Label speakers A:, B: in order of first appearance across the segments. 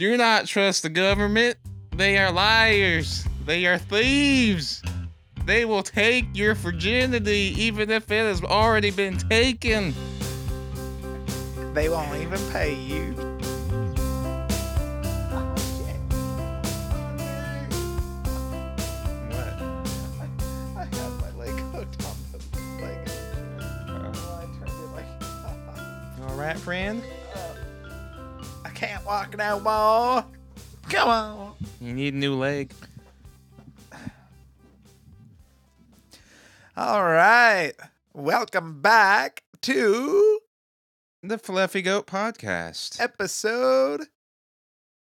A: Do not trust the government. They are liars. They are thieves. They will take your virginity even if it has already been taken.
B: They won't even pay you. Oh, What?
C: I have my leg hooked on the leg.
B: Oh,
C: I turned it like,
B: You all right, friend?
C: I can't walk no more.
B: Come on.
A: You need a new leg.
B: All right. Welcome back to
A: The Fluffy Goat Podcast.
B: episode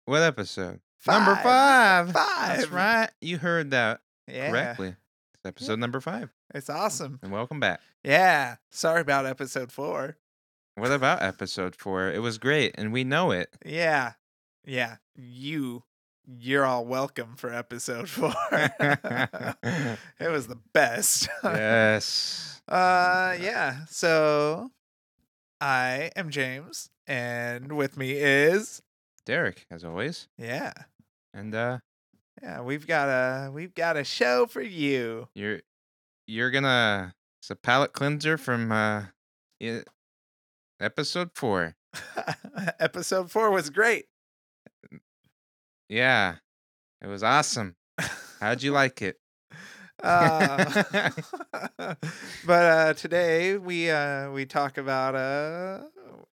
A: What episode?
B: five.
A: Number five.
B: Five.
A: That's right. You heard that
B: Yeah.
A: correctly. It's episode number five.
B: It's awesome.
A: And welcome back.
B: Yeah. Sorry about episode four.
A: What about episode four? It was great, and we know it.
B: Yeah. Yeah. You. You're all welcome for episode four. it was the best.
A: yes.
B: Uh, yeah. So I am James, and with me is
A: Derek, as always.
B: yeah,
A: And uh
B: yeah. We've got a we've got a show for you.
A: you're you're gonna it's a palate cleanser from uh e- episode four.
B: Episode four was great.
A: Yeah. It was awesome. How'd you like it?
B: Uh, but uh, today we uh, we talk about uh,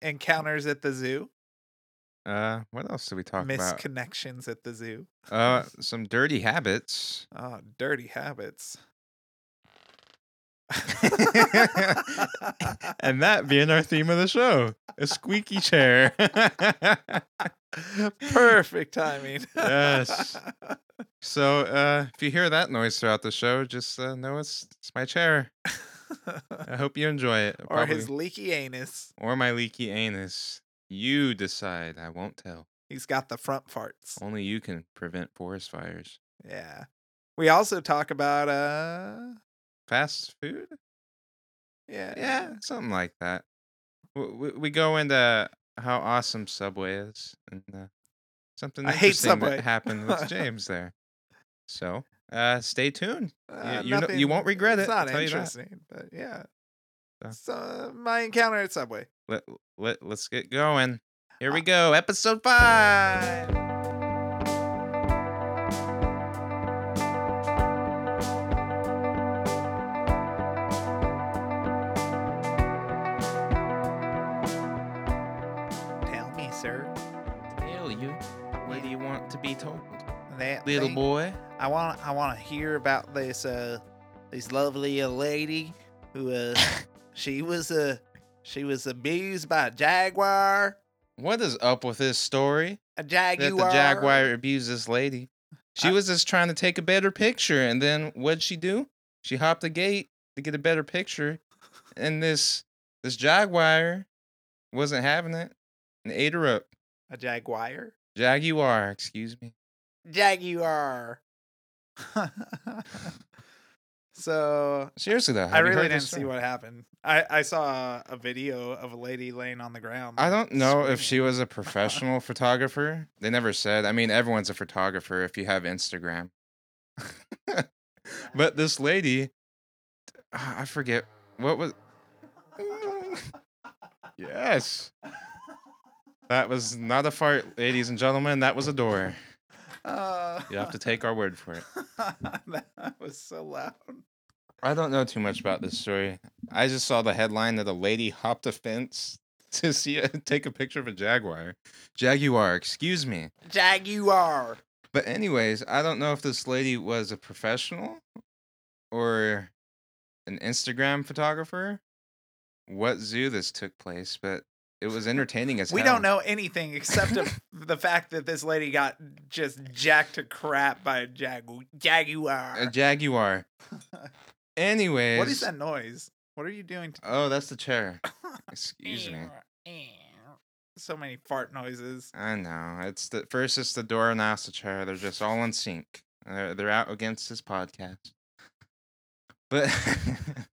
B: encounters at the zoo,
A: Uh what else did we talk about?
B: misconnections at the zoo,
A: Uh some dirty habits.
B: oh, dirty habits.
A: and that being our theme of the show. A squeaky chair.
B: Perfect timing.
A: Yes. So uh, if you hear that noise throughout the show, just uh, know it's it's my chair. I hope you enjoy it.
B: or
A: Probably-
B: his leaky anus.
A: or my leaky anus. You decide. I won't tell.
B: He's got the front farts.
A: Only you can prevent forest fires.
B: Yeah. We also talk about uh
A: Fast food?
B: yeah.
A: Yeah, something like that. W- w- We go into how awesome Subway is and uh, something
B: I hate
A: interesting
B: Subway.
A: that happened with James there. So uh, stay tuned.
B: Uh,
A: you know- you
B: nothing-
A: won't regret
B: It's
A: it, I'll
B: not
A: tell you that.
B: interesting, but yeah.
A: So.
B: So my encounter at Subway.
A: Let, let, let's get going. Here we go. Episode five.
B: Tell me, sir.
A: Tell you. What do you want to be told,
B: That
A: little
B: thing-
A: boy?
B: I want I want to hear about this uh this lovely uh, lady who uh she was uh she was abused by a jaguar.
A: What is up with this story
B: A
A: that
B: jaguar.
A: the jaguar abused this lady? She
B: I-
A: was just trying to take a better picture, and then what'd she do? She hopped the gate to get a better picture, and this this jaguar wasn't having it and ate her up.
B: A jaguar.
A: Jaguar, excuse me.
B: Jaguar. so
A: Seriously though, have
B: I
A: you
B: really
A: heard
B: didn't
A: this
B: see
A: story?
B: what happened. I, I saw a video of a lady laying on the ground.
A: I don't know if she
B: screaming.
A: was a professional photographer. They never said. I mean, everyone's a photographer if you have Instagram. but this lady, ah, I forget what was. yes. That was not a fart, ladies and gentlemen. That was a door.
B: Uh,
A: You have to take our word for it.
B: that was so loud.
A: I don't know too much about this story. I just saw the headline that a lady hopped a fence to see a, take a picture of a jaguar. Jaguar, excuse me.
B: Jaguar.
A: But anyways, I don't know if this lady was a professional or an Instagram photographer. What zoo this took place, but it was entertaining as
B: We
A: hell.
B: don't know anything except of the fact that this lady got just jacked to crap by a jagu- jaguar.
A: A jaguar. anyways.
B: what is that noise? What are you doing? To-
A: Oh, that's the chair. Excuse me.
B: So many fart noises.
A: I know. It's the first it's the door and now it's the chair. They're just all in sync. They're, they're out against this podcast. But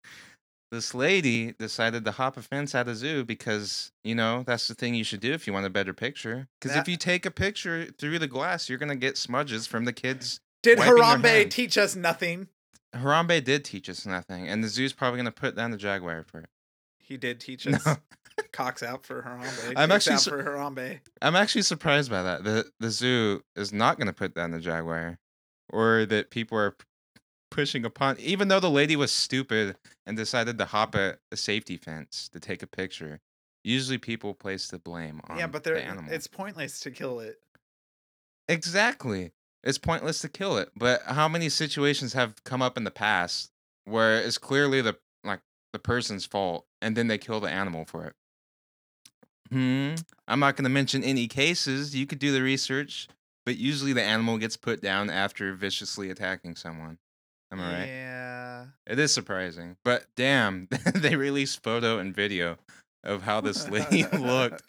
A: this lady decided to hop a fence at a zoo because you know that's the thing you should do if you want a better picture. Because if
D: That-
A: you take a picture through the glass, you're gonna get smudges from the kids.
B: Did
A: Wiping your
B: Harambe
A: hand.
B: teach us nothing?
A: Harambe did teach us nothing, and the zoo's probably gonna put down the jaguar for it.
B: He did teach
A: No.
B: us. Cocks out for Harambe.
A: I'm
B: I'm
A: actually
B: actually out
A: sur-
B: for Harambe.
A: I'm actually surprised by that. The the zoo is not gonna put down the jaguar, or that people are p- pushing upon. Even though the lady was stupid and decided to hop a, a safety fence to take a picture, usually people place the blame on
B: yeah, but they're,
A: the animal.
B: it's pointless to kill it.
A: Exactly. It's pointless to kill it. But how many situations have come up in the past where it's clearly the like the person's fault and then they kill the animal for it? Hmm. I'm not gonna mention any cases. You could do the research, but usually the animal gets put down after viciously attacking someone. Am I right?
B: Yeah.
A: It is surprising. But damn, they released photo and video of how this lady looked.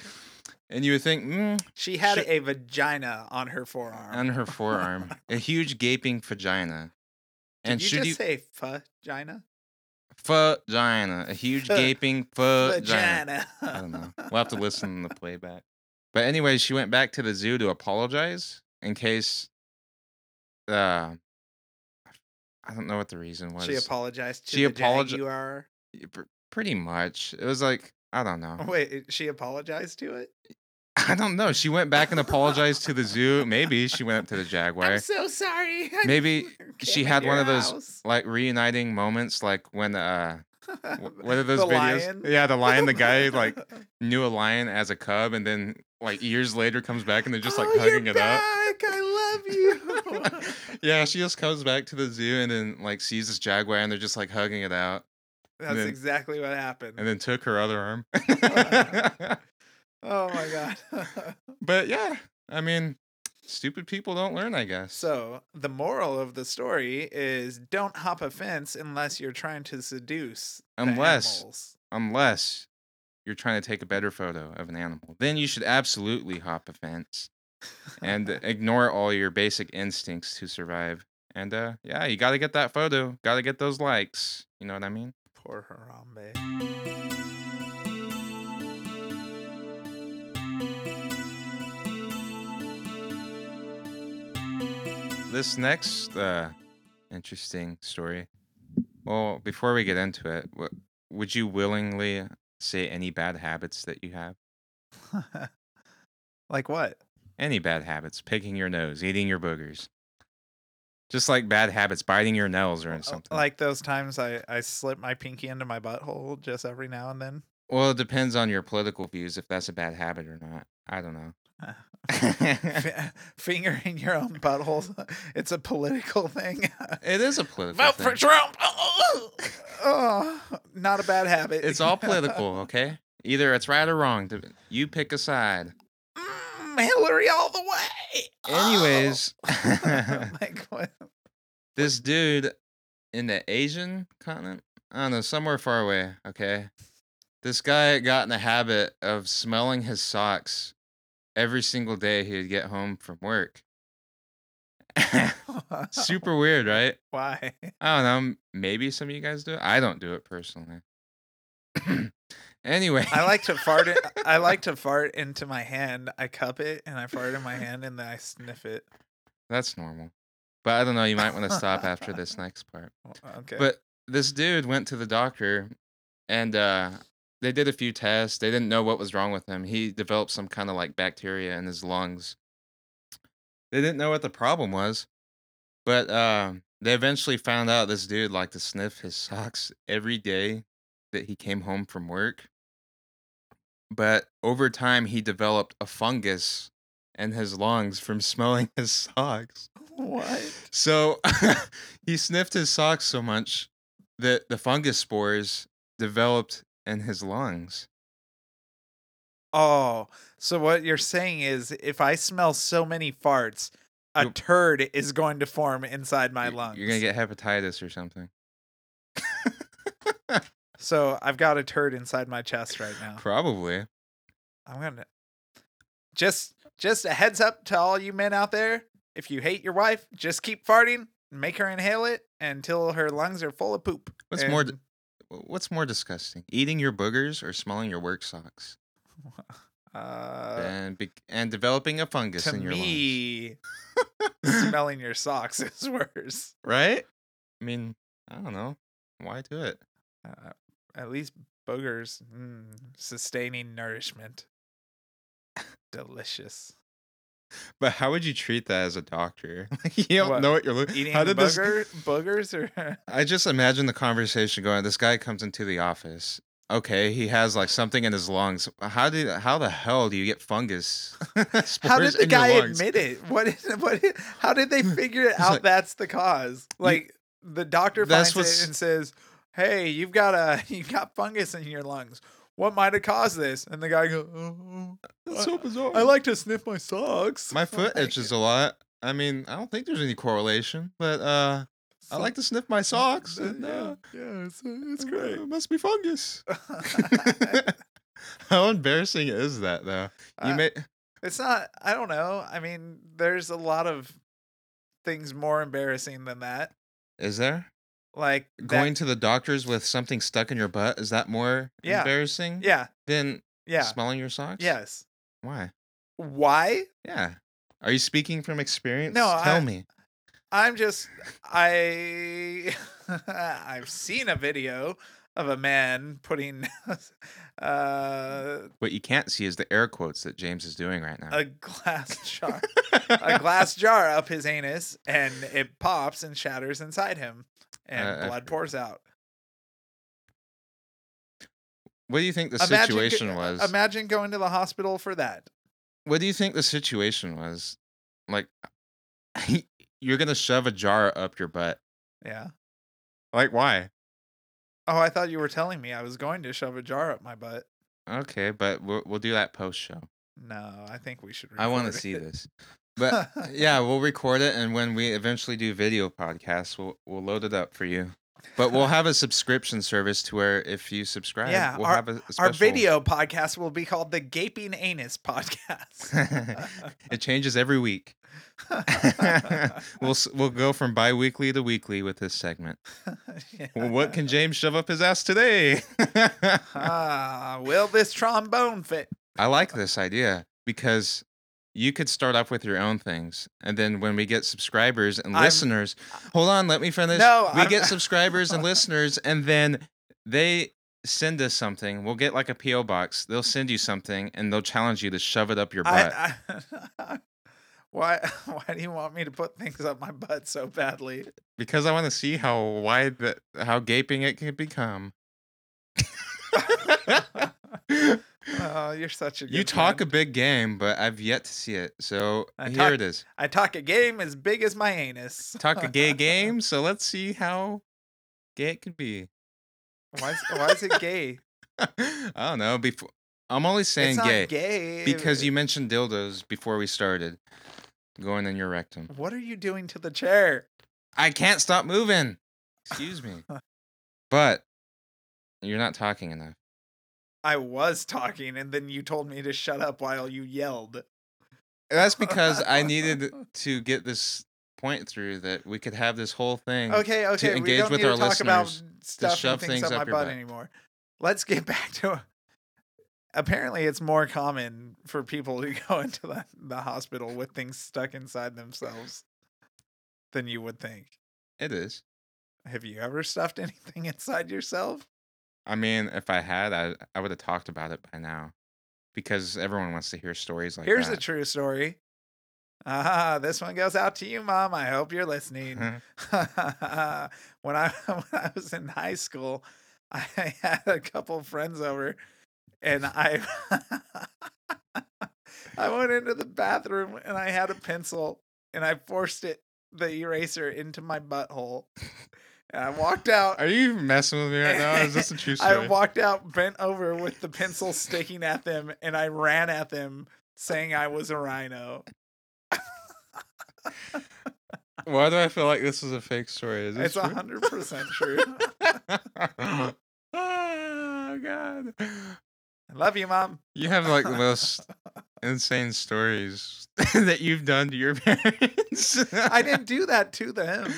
A: And you would think, mm,
B: She had
A: She-
B: a vagina on her forearm.
A: on her forearm, a huge gaping vagina. And
B: Did you
A: should
B: just
A: you
B: say vagina?
A: vagina, a huge
B: Fa-
A: gaping vagina?
B: Vagina.
A: I don't know. We'll have to listen to the playback. But anyway, she went back to the zoo to apologize in case. Uh, I don't know what the reason was.
B: She apologized to
A: She
B: the
A: apologi-
B: jaguar.
A: Pr- Pretty much, it was like I don't know.
B: Oh, Wait, it- she apologized to it?
A: I don't know. She went back and apologized to the zoo. Maybe she went up to the jaguar.
B: I'm so sorry. I
A: Maybe she
B: came
A: had
B: in
A: one
B: your
A: of those
B: house.
A: like reuniting moments, like when uh, Wh- What are those
B: The
A: videos?
B: lion?
A: Yeah, the lion, the guy like knew a lion as a cub, and then like years later comes back and they're just like
B: "Oh, you're
A: hugging it up.
B: back. I love you.
A: yeah, she just comes back to the zoo and then like sees this jaguar and they're just like hugging it out,
B: That's
A: then-
B: exactly what happened.
A: and then took her other arm.
B: oh my god.
A: but yeah, I mean, stupid people don't learn, I guess.
B: so the moral of the story is don't hop a fence unless you're trying to seduce the
A: Unless-
B: animals.
A: unless you're trying to take a better photo of an animal. Then you should absolutely hop a fence and ignore all your basic instincts to survive. And uh, yeah, you got to get that photo, got to get those likes. You know what I mean?
B: poor Harambe.
A: This next uh, interesting story. Well, before we get into it, wh- would you willingly say any bad habits that you have?
B: like what?
A: Any bad habits? Picking your nose, eating your boogers. Just like bad habits, biting your nails or
B: Uh,
A: something.
B: Like those times I I slip my pinky into my butthole just every now and then.
A: Well, it depends on your political views if that's a bad habit or not. I don't know.
B: F- fingering your own butthole. It's a political thing.
A: it is a political.
B: Vote for
A: thing.
B: Trump. oh, not a bad habit.
A: It's all political, okay? Either it's right or wrong. Th- You pick a side.
B: Mm, Hillary all the way. Oh.
A: Anyways,
B: like what?
A: this dude in the Asian continent, I don't know, somewhere far away, okay? This guy got in the habit of smelling his socks every single day he would get home from work. Super weird, right?
B: Why?
A: I don't know. m- Maybe some of you guys do it. I don't do it personally. anyway,
B: I like to fart. It, I like to fart into my hand. I cup it and I fart in my hand and then I sniff it.
A: that's normal. But I don't know. You might want to stop after this next part.
B: Okay.
A: But this dude went to the doctor and uh, they did a few tests. They didn't know what was wrong with him. He developed some kind of like bacteria in his lungs. They didn't know what the problem was, but uh, they eventually found out this dude liked to sniff his socks every day that he came home from work. But over time, he developed a fungus in his lungs from smelling his socks.
B: what?
A: So he sniffed his socks so much that the fungus spores developed in his lungs.
B: Oh, so what you're saying is if I smell so many farts, a
A: You'll-
B: turd is going to form inside my
A: Y-
B: lungs.
A: You're gonna get hepatitis or something.
B: So I've got a turd inside my chest right now.
A: Probably.
B: I'm gonna just just a heads up to all you men out there. If you hate your wife, just keep farting, make her inhale it until her lungs are full of poop.
A: What's more d-
B: And
A: What's more disgusting, eating your boogers or smelling your work socks,
B: Uh,
A: and be- and developing a fungus
B: to
A: in your
B: me,
A: lungs?
B: smelling your socks is worse.
A: right? I mean, I don't know. Why do it?
B: Uh, at least boogers, mm, sustaining nourishment. Delicious.
A: But how would you treat that as a doctor? Like, you don't
B: What,
A: know what you're looking.
B: Eating
A: how did this?
B: booger, boogers or
A: I just imagine the conversation going. This guy comes into the office. Okay, he has like something in his lungs. How do? How the hell do you get fungus?
B: how
A: spores
B: did the
A: in your
B: guy
A: lungs?
B: admit it? What is what? Is, how did they figure it
A: It's
B: out?
A: like-
B: that's the cause. Like the doctor
A: That's
B: finds
A: what's-
B: it and says, "Hey, you've got a you got fungus in your lungs. What might have caused this?" And the guy goes, oh,
A: That's so bizarre.
B: "I like to sniff my socks.
A: my foot itches a lot. I mean, I don't think there's any correlation, but uh, I like to sniff my socks, and
B: yeah,
A: uh,
B: yeah, it's, it's
A: uh,
B: great.
A: It must be fungus. How embarrassing is that, though? You
B: Uh,
A: may
B: It's not. I don't know. I mean, there's a lot of things more embarrassing than that.
A: is there
B: Like that-
A: going to the doctors with something stuck in your butt? Is that more
B: Yeah.
A: embarrassing?
B: Yeah.
A: Than
B: Yeah.
A: smelling your socks?
B: Yes.
A: Why?
B: Why?
A: Yeah. Are you speaking from experience?
B: No,
A: Tell
B: I-
A: me.
B: I'm just I I've seen a video of a man putting
A: Mm,
B: uh,
A: What you can't see is the air quotes that James is doing right now.
B: a glass jar a glass jar up his anus and it pops and shatters inside him and
A: Uh, I-
B: blood pours out.
A: what do you think the
B: Imagine go- uh,
A: situation was?
B: Imagine going to the hospital for that.
A: what do you think the situation was? Like, you're gonna shove a jar up your butt.
B: Yeah.
A: Like, why?
B: Oh, I thought you were telling me I was going to shove a jar up my butt.
A: Okay, but we'll, we'll do that post show.
B: No, I think we should.
A: I want to
B: record
A: see
B: it.
A: this. But yeah, we'll record it, and when we eventually do video podcasts, we'll we'll load it up for you. But we'll have a subscription service to where if you subscribe,
B: Yeah,
A: we'll
B: our-
A: have a, a special-
B: Our video podcast will be called the Gaping Anus Podcast.
A: it changes every week. we'll s- we'll go from bi-weekly to weekly with this segment. Well, what can James shove up his ass today?
B: ah, will this trombone fit?
A: I like this idea because you could start off with your own things, and then when we get subscribers and
B: I'm- uh,
A: listeners, hold on, let me finish.
B: No,
A: we
B: I'm-
A: get subscribers and listeners, and then they send us something. We'll get like a PO box. They'll send you something, and they'll challenge you to shove it up your butt.
B: I, I, why? Why do you want me to put things up my butt so badly?
A: because I want to see how wide that how gaping it can become.
B: Oh, you're such a. Good
A: you talk a
B: friend.
A: big game, but I've yet to see it. So
B: I
A: here
B: talk-
A: it is.
B: I talk a game as big as my anus.
A: Talk a gay game, so let's see how gay it could be.
B: Why? Is, why is it gay?
A: I don't know. Before I'm only saying
B: it's not
A: gay,
B: gay,
A: because you mentioned dildos before we started going in your rectum.
B: What are you doing to the chair?
A: I can't stop moving. Excuse me. but you're not talking enough.
B: I was talking, and then you told me to shut up while you yelled.
A: That's because I needed to get this point through that we could have this whole thing.
B: Okay, okay, we
A: engage
B: don't
A: with
B: need
A: our
B: to talk about
A: listeners
B: stuff
A: shove
B: and things,
A: things
B: up,
A: up
B: my
A: your
B: butt,
A: butt.
B: anymore. Let's get back to. Apparently, it's more common for people to go into the, the hospital with things stuck inside themselves than you would think.
A: It is.
B: Have you ever stuffed anything inside yourself?
A: I mean, if I had, I I would have talked about it by now, because everyone wants to hear stories like
B: Here's a
A: that.
B: true story. Ah, this one goes out to you, mom. I hope you're listening. when I when I was in high school, I had a couple friends over, and I I went into the bathroom and I had a pencil and I forced it the eraser into my butthole, and I walked out.
A: Are you messing with me right now? Is this a true story?
B: I walked out bent over with the pencil sticking at them, and I ran at them saying I was a rhino.
A: Why do I feel like this is a fake story? Is this
B: It's
A: true?
B: hundred percent true.
A: oh God!
B: I love you, mom.
A: You have like the most insane stories that you've done to your parents.
B: I didn't do that to them.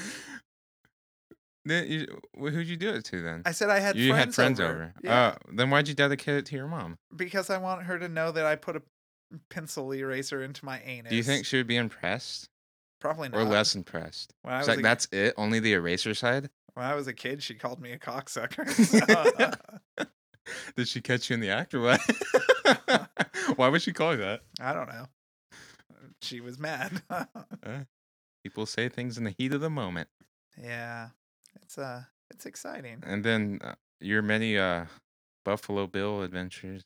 A: Then you- wh- who'd you do it to then?
B: I said I had
A: you
B: friends
A: had friends over.
B: Yeah,
A: Oh, then why'd you dedicate it to your mom?
B: because I want her to know that I put a pencil eraser into my anus.
A: Do you think she would be impressed
B: probably not?
A: or less impressed?
B: When I was
A: It's like
B: a,
A: that's it, only the eraser side.
B: when I was a kid, she called me a cocksucker. so,
A: Did she catch you in the act or what? Why would she call you that?
B: I don't know. She was mad.
A: People say things in the heat of the moment,
B: yeah, it's uh, it's exciting.
A: and then uh, your many uh, Buffalo Bill adventures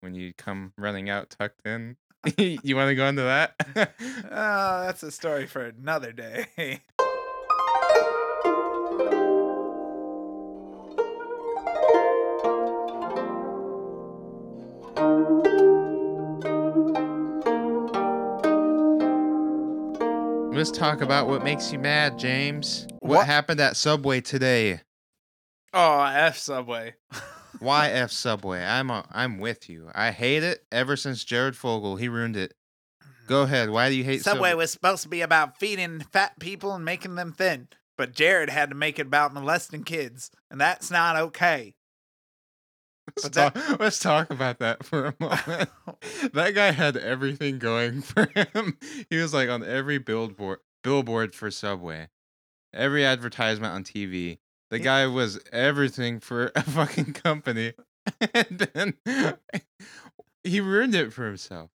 A: when you come running out tucked in. you want to go into that?
B: Oh, that's a story for another day.
A: Let's talk about what makes you mad, James. What,
B: What?
A: happened at Subway today?
B: oh, F Subway. Mm.
A: YF Subway. I'm a, I'm with you. I hate it ever since Jared Fogle. He ruined it. Go ahead. Why do you hate
B: Subway was supposed to be about feeding fat people and making them thin, but Jared had to make it about molesting kids, and that's not okay.
A: Let's,
B: but that-
A: talk, let's talk about that for a moment. that guy had everything going for him. He was like on every billboard billboard for Subway, every advertisement on TV. The
B: Yeah.
A: guy was everything for a fucking company, and then he ruined it for himself.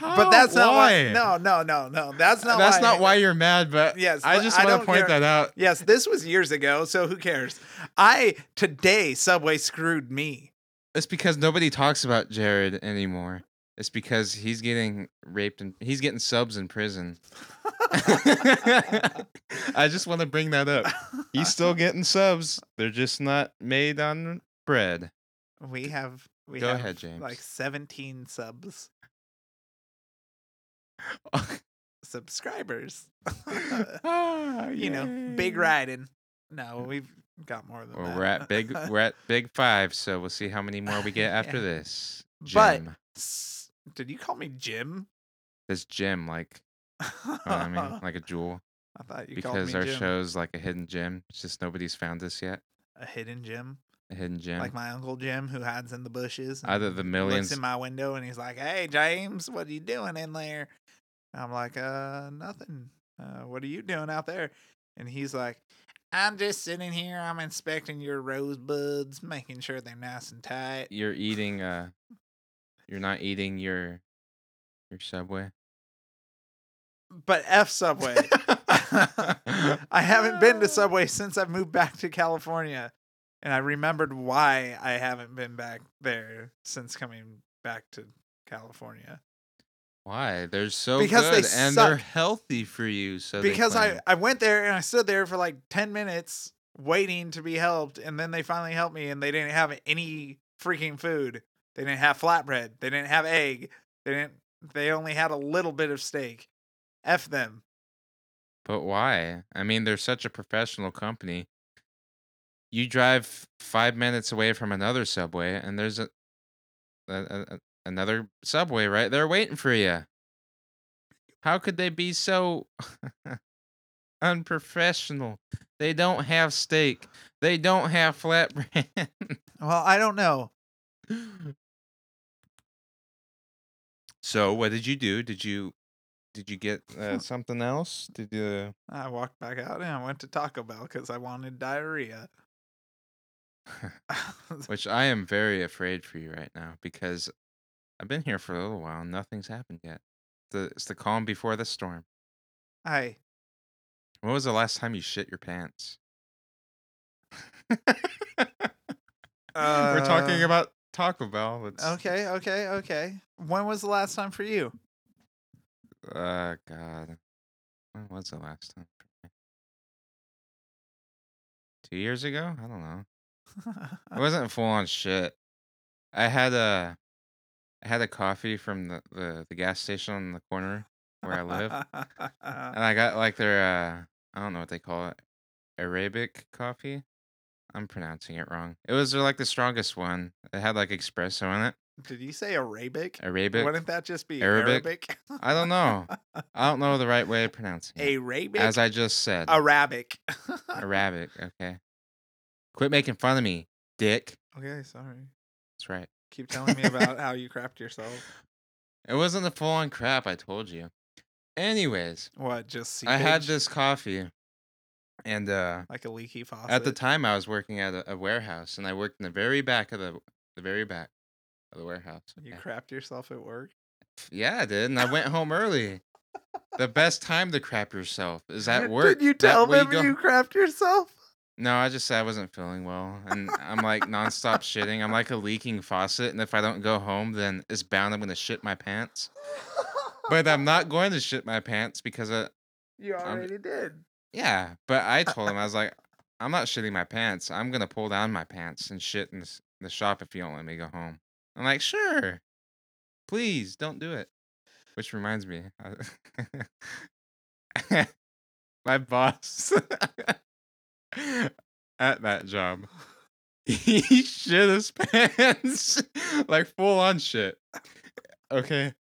B: but that's not
A: Oh, Why?
B: why. No, no, no, no. That's not.
A: That's
B: why
A: not why you're mad, but
B: Yes,
A: I
B: but
A: just
B: I
A: want to
B: don't
A: point
B: care-
A: that out.
B: Yes, this was years ago, so who cares? I today Subway screwed me.
A: It's because nobody talks about Jared anymore. It's because he's getting raped and he's getting subs in prison. I just want to bring that up. He's still getting subs. They're just not made on bread.
B: We have we
A: Go
B: have
A: ahead, James.
B: like 17 subs subscribers.
A: Ah,
B: you know, big
A: Mm-hmm.
B: riding. No, we've got more than
A: Well,
B: that.
A: we're at big we're at big five, so we'll see how many more we get after
B: Yeah.
A: this.
B: But-
A: Jim.
B: S- Did you call me Jim?
A: This Jim, like oh, I mean, like a jewel.
B: I thought you called me
A: because our
B: Jim.
A: show's like a hidden gem. It's just nobody's found us yet.
B: a hidden Jim,
A: A hidden gem.
B: like my uncle Jim who hides in the bushes. and
A: Either the millions.
B: looks in my window and he's like, "Hey, James, what are you doing in there?" I'm like, "Uh, nothing. Uh, what are you doing out there?" And he's like, "I'm just sitting here. I'm inspecting your rosebuds, making sure they're nice and tight."
A: you're eating. Uh, you're not eating your your subway.
B: But F Subway. I haven't been to Subway since I moved back to California, and I remembered why I haven't been back there since coming back to California.
A: Why? They're so
B: Because they
A: good and they're
B: suck.
A: healthy for you. So they
B: because I,
A: claim.
B: I went there and I stood there for like 10 minutes waiting to be helped. And then they finally helped me and they didn't have any freaking food. They didn't have flatbread. They didn't have egg. They didn't, they only had a little bit of steak. F them.
A: But why? I mean, they're such a professional company. You drive five minutes away from another subway, and there's a, a, a a- another subway right there waiting for you. How could they be so unprofessional? They don't have steak. They don't have flatbread.
B: Well, I don't know.
A: so, what did you do? Did you did you get uh, something else? Did you?
B: I walked back out and I went to Taco Bell because I wanted diarrhea.
A: Which I am very afraid for you right now because I've been here for a little while and nothing's happened yet. The, it's the calm before the storm.
B: I,
A: When was the last time you shit your pants? We're talking
B: Uh,
A: about Taco Bell. It's,
B: okay, okay, okay. When was the last time for you?
A: Uh, God. When was the last time? Two years ago? I don't know. It wasn't full on shit. I had a, I had a coffee from the, the, the gas station on the corner where I live. and I got like their uh I don't know what they call it, Arabic coffee. I'm pronouncing it wrong. It was uh, like the strongest one. It had like espresso in it.
B: Did you say Arabic?
A: Arabic.
B: Wouldn't that just be
A: Arabic?
B: Arabic?
A: I don't know. I don't know the right way of pronouncing it.
B: Arabic?
A: As I just said,
B: Arabic.
A: Arabic. Okay. Quit making fun of me, dick.
B: okay, sorry.
A: That's right.
B: Keep telling me about how you crapped yourself.
A: It wasn't the full on crap I told you. Anyways,
B: What? Just seepage?
A: I had this coffee, and uh,
B: like a leaky faucet.
A: at the time I was working at a, a warehouse, and I worked in the very back of the the very back of the warehouse.
B: you
A: okay?
B: crapped yourself at work.
A: Yeah, I did, and I went home early. The best time to crap yourself is at work.
B: Did you
A: That
B: tell
A: way
B: them
A: go-
B: you crapped yourself?
A: No, I just said I wasn't feeling well, and I'm like nonstop shitting. I'm like a leaking faucet, and if I don't go home, then it's bound I'm gonna shit my pants. But I'm not going to shit my pants because I,
B: you already did.
A: yeah. But I told him I was like, I'm not shitting my pants. I'm gonna pull down my pants and shit in this, the shop if you don't let me go home. I'm like, sure, please don't do it. Which reminds me, uh, I- my boss at that job. He shit his pants like full on shit. Okay.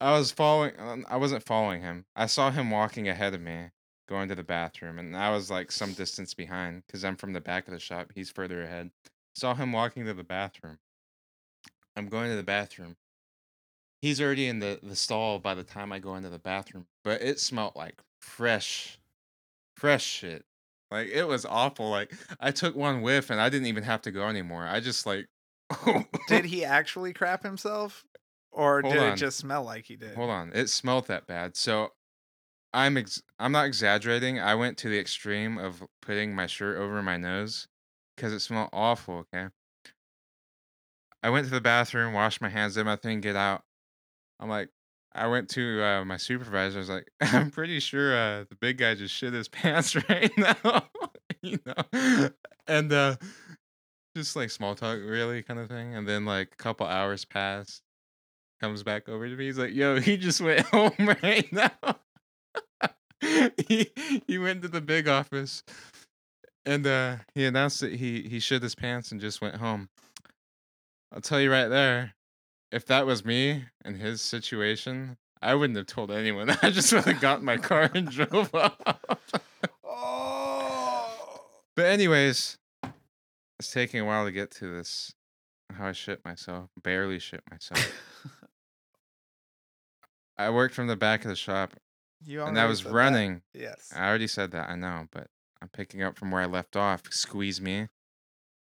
A: I was following um, I wasn't following him. I saw him walking ahead of me going to the bathroom and I was like some distance behind cuz I'm from the back of the shop. He's further ahead. Saw him walking to the bathroom. I'm going to the bathroom. He's already in the the stall by the time I go into the bathroom, but it smelled like fresh fresh shit. Like it was awful. Like I took one whiff and I didn't even have to go anymore. I just like
B: Did he actually crap himself? Or
A: Hold
B: did it
A: on.
B: just smell like he did?
A: Hold on, it smelled that bad. So I'm ex- I'm not exaggerating. I went to the extreme of putting my shirt over my nose because it smelled awful. Okay. I went to the bathroom, washed my hands, did my thing, get out. I'm like, I went to uh, my supervisor. I was like, I'm pretty sure uh, the big guy just shit his pants right now, you know, and uh, just like small talk, really kind of thing. And then like a couple hours pass, comes back over to me. He's like, "Yo, he just went home right now." he he went to the big office, and uh, he announced that he he shit his pants and just went home. I'll tell you right there, if that was me in his situation, I wouldn't have told anyone. I just would have got in my car and drove off.
B: Oh.
A: But anyways, it's taking a while to get to this. How I shit myself, barely shit myself. I worked from the back of the shop
B: You
A: and I
B: already
A: was
B: said that.
A: running. Uh
B: Yes.
A: I already said that, I know, but I'm picking up from where I left off. Squeeze me.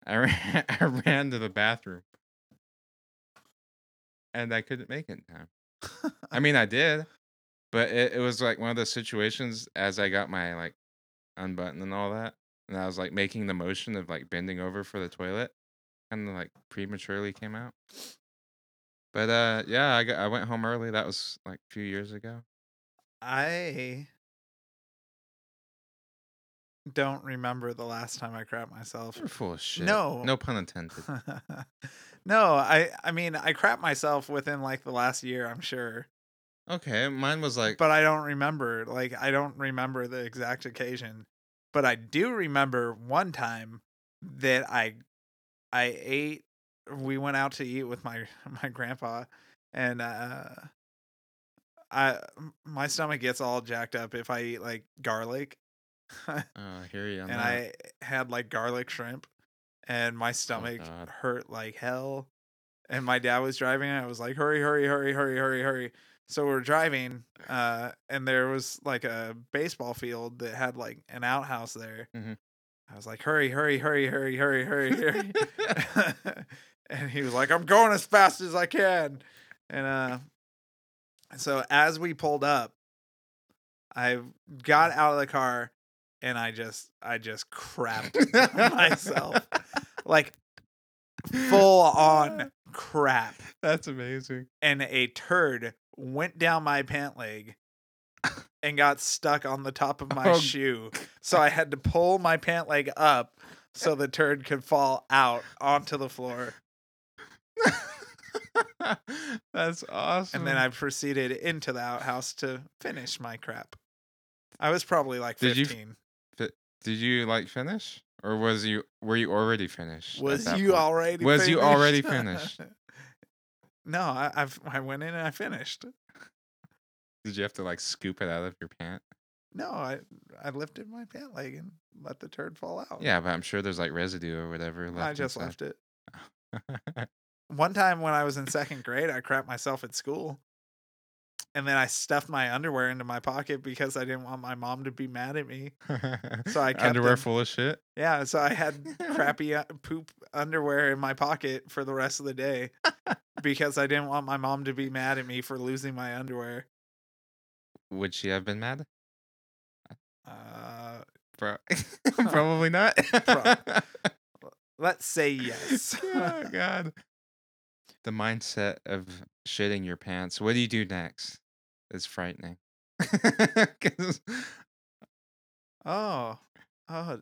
A: I ran, I ran to the bathroom and I couldn't make it in time. I mean, I did, but it, it was like one of those situations as I got my like unbutton and all that. And I was like making the motion of like bending over for the toilet and like prematurely came out. But uh yeah, I got, I went home early. That was like a few years ago.
B: I don't remember the last time I crapped myself.
A: You're full of shit.
B: No.
A: No pun intended.
B: no, I I mean I crapped myself within like the last year, I'm sure.
A: Okay, mine was like
B: But I don't remember. Like I don't remember the exact occasion. But I do remember one time that I I ate we went out to eat with my my grandpa and uh I my stomach gets all jacked up if I eat like garlic.
A: uh here you on
B: and
A: that. Oh,
B: I had like garlic shrimp, and my stomach
A: God.
B: hurt like hell. And my dad was driving, and I was like, "Hurry, hurry, hurry, hurry, hurry, hurry!" So we're driving, uh, and there was like a baseball field that had like an outhouse there.
A: Mhm.
B: I was like, "Hurry, hurry, hurry, hurry, hurry, hurry, hurry!" and he was like, "I'm going as fast as I can." And uh, so as we pulled up, I got out of the car and I just I just crapped myself like full on crap,
A: That's amazing.
B: and a turd went down my pant leg. And got stuck on the top of my
A: Oh.
B: shoe. So I had to pull my pant leg up so the turd could fall out onto the floor.
A: That's awesome.
B: and then I proceeded into the outhouse to finish my crap. I was probably like
A: Did you-
B: 15.
A: did you like finish or was you were you already finished? at
B: was
A: that
B: you
A: point?
B: already
A: Was you already finished?
B: No, I, I've I went in and I finished.
A: Did you have to like scoop it out of your pant?
B: No, I I lifted my pant leg and let the turd fall out.
A: Yeah, but I'm sure there's like residue or whatever left.
B: Oh. I just left it.
A: left.
B: One time when I was in second grade, I crapped myself at school. And then I stuffed my underwear into my pocket because I didn't want my mom to be mad at me. So I kept
A: underwear
B: them.
A: full of shit.
B: Yeah, so I had crappy uh, poop underwear in my pocket for the rest of the day because I didn't want my mom to be mad at me for losing my underwear.
A: Would she have been mad?
B: Uh,
A: Pro- Probably not.
B: Prob- let's say yes.
A: oh God. The mindset of shitting your pants. What do you do next? It's frightening. 'Cause-
B: oh, oh,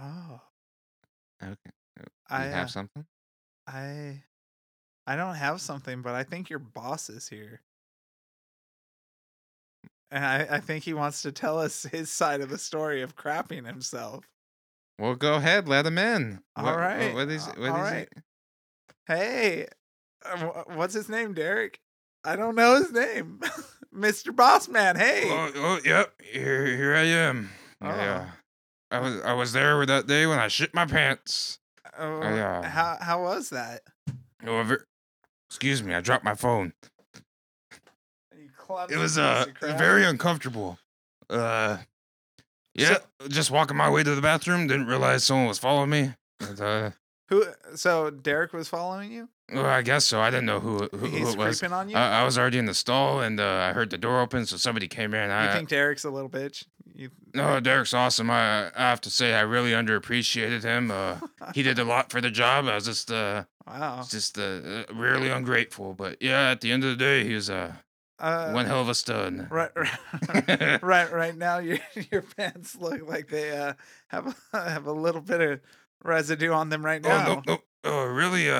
B: oh.
A: okay. You
B: I
A: have
B: uh,
A: something?
B: I I don't have something, but I think your boss is here. And I, I think he wants to tell us his side of the story of crapping himself.
A: Well, go ahead. Let him in.
B: All
A: What- what-
B: right,
A: What is?
B: uh,
A: What is?
B: all right. Hey, uh, wh- what's his name, Derek? I don't know his name. Mr. Bossman, hey. uh,
A: Oh, oh, yep. Here, here I am.
B: Oh.
A: Yeah. I was I was there with that day when I shit my pants.
B: Oh,
A: yeah.
B: How how was that?
A: Oh, ver- excuse me, I dropped my phone.
B: You clumsy
A: It was
B: piece
A: uh
B: of crap.
A: very uncomfortable. Uh, yeah, just walking my way to the bathroom, didn't realize someone was following me. And, uh,
B: Who so Derek was following you?
A: well, I guess so. I didn't know who it- who, who
B: He's
A: it was. Uh,
B: creeping on you?
A: I, I was already in the stall, and uh, I heard the door open, so somebody came in. I
B: you think Derek's a little bitch? You
A: No, Derek's awesome. I, I have to say, I really underappreciated him. Uh, he did a lot for the job. I was just, uh,
B: Wow.
A: just uh, uh, really ungrateful. But yeah, at the end of the day, he was uh,
B: Uh,
A: one hell of a stud.
B: right, right, right, right now your your pants look like they uh, have have a little bit of residue on them right
A: Oh
B: now.
A: no, no. Oh, really? Uh,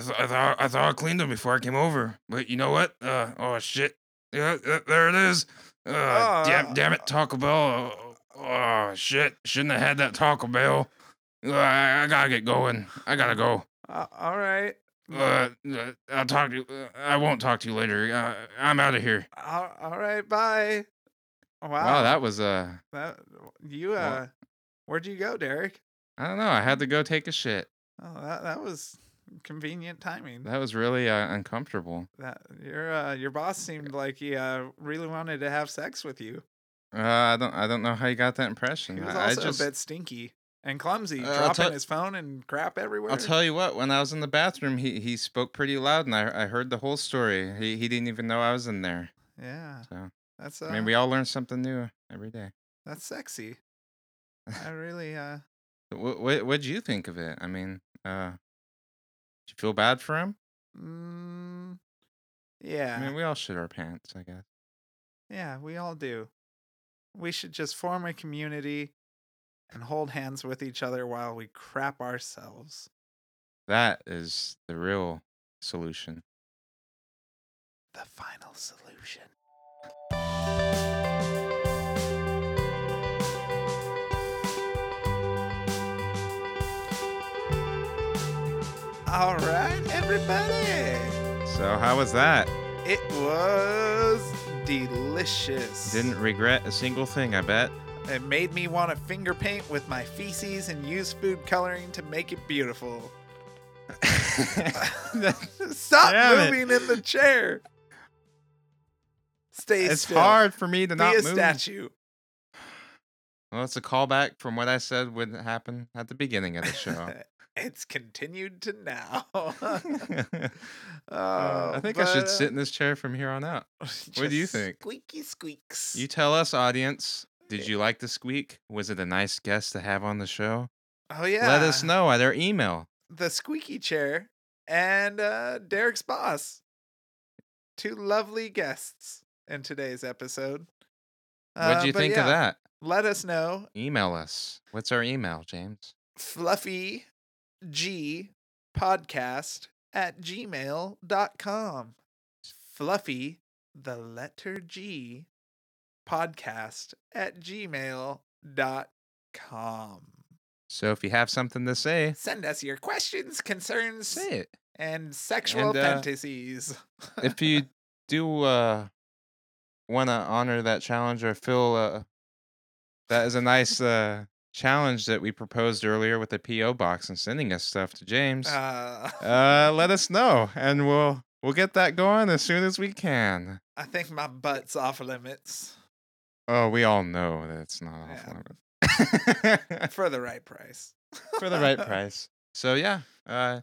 A: I, th- I thought I thought I cleaned them before I came over, but you know what? Uh, oh shit! Yeah, th- there it is. Uh,
B: Oh.
A: damn, damn it, Taco Bell. Oh, oh, shit! Shouldn't have had that Taco Bell. Uh, I, I gotta get going. I gotta go.
B: Uh, all right,
A: Uh, uh, I'll talk to. Uh, I won't talk to you later. Uh, I'm out of here.
B: all, all right, bye. Wow,
A: that was uh.
B: that you uh, where'd you go, Derek?
A: I don't know. I had to go take a shit.
B: Oh, that that was convenient timing.
A: That was really uh, uncomfortable.
B: That your uh, your boss seemed like he uh, really wanted to have sex with you.
A: Uh, I don't. I don't know how you got that impression.
B: He was
A: Mm, I- I
B: also
A: just-
B: a bit stinky and clumsy,
A: Uh, I'll
B: dropping
A: tell-
B: his phone and crap everywhere.
A: I'll tell you what. When I was in the bathroom, he he spoke pretty loud, and I I heard the whole story. He he didn't even know I was in there.
B: yeah,
A: So
B: that's uh,
A: I mean, we all learn something new every day.
B: That's sexy. I really uh
A: What what what'd you think of it? I mean, uh, did you feel bad for him?
B: mm,
A: I
B: yeah.
A: mean, we all shit our pants, I guess.
B: yeah, we all do. We should just form a community and hold hands with each other while we crap ourselves.
A: That is the real solution.
B: The final solution. All right, everybody.
A: So how was that?
B: It was delicious.
A: Didn't regret a single thing, I bet.
B: It made me want to finger paint with my feces and use food coloring to make it beautiful. Stop
A: Damn it.
B: moving in the chair. Stay
A: it's
B: still.
A: hard for me to
B: Be
A: not
B: a
A: move.
B: statue.
A: Well, it's a callback from what I said would happen at the beginning of the show.
B: it's continued to now.
A: Uh,
B: Oh, Uh,
A: I think I should sit in this chair from here on out. What do you think?
B: Squeaky squeaks.
A: You tell us, audience. Did you like the squeak? Was it a nice guest to have on the show?
B: oh yeah.
A: Let us know at our email.
B: the squeaky chair and uh, Derek's boss. Two lovely guests in today's episode.
A: What
B: Uh,
A: would you
B: but
A: think of
B: yeah,
A: that?
B: Let us know.
A: Email us. What's our email, James?
B: Fluffy G podcast at gmail.com. Fluffy the letter G podcast at gmail.com.
A: So if you have something to say,
B: Send us your questions, concerns,
A: say it.
B: and sexual
A: And, uh,
B: fantasies.
A: if you do uh want to honor that challenge or feel uh that is a nice uh challenge that we proposed earlier with the PO box and sending us stuff to James uh,
B: Uh,
A: let us know and we'll we'll get that going as soon as we can
B: I think my butt's off limits
A: oh we all know that it's not off
B: Yeah.
A: limits
B: for the right price.
A: for the right price so yeah uh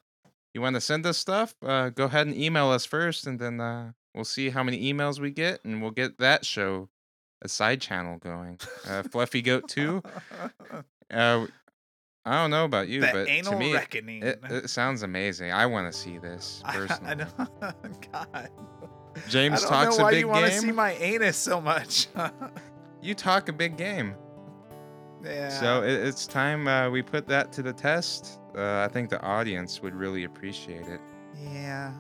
A: you want to send us stuff uh go ahead and email us first and then uh we'll see how many emails we get and we'll get that show a side channel going uh, fluffy goat 2 Uh, I don't know about you,
B: the
A: but
B: anal
A: to me, it,
B: reckoning.
A: it sounds amazing. I want to see this
B: I-
A: personally.
B: I, know. God.
A: James
B: I don't
A: talks
B: know why
A: a big
B: you want to
A: game.
B: see my anus so much.
A: You talk a big game,
B: yeah.
A: so it, it's time uh, we put that to the test. Uh, I think the audience would really appreciate it.
B: yeah.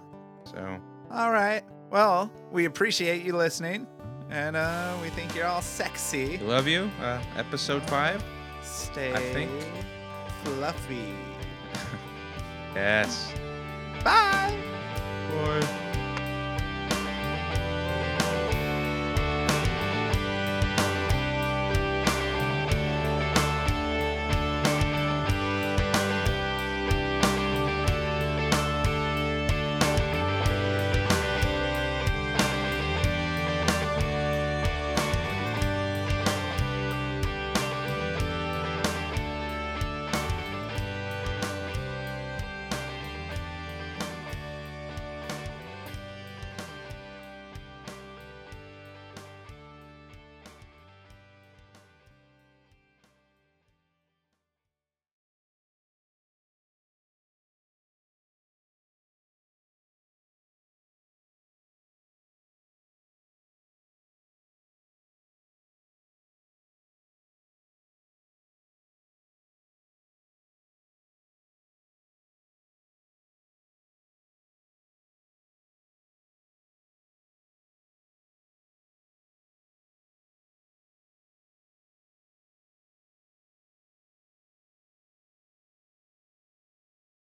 A: So
B: All right. Well, we appreciate you listening, and uh, we think you're all sexy.
A: we love you. Uh, episode five.
B: Stay
A: think-
B: fluffy.
A: Yes.
B: Bye.
A: Boy.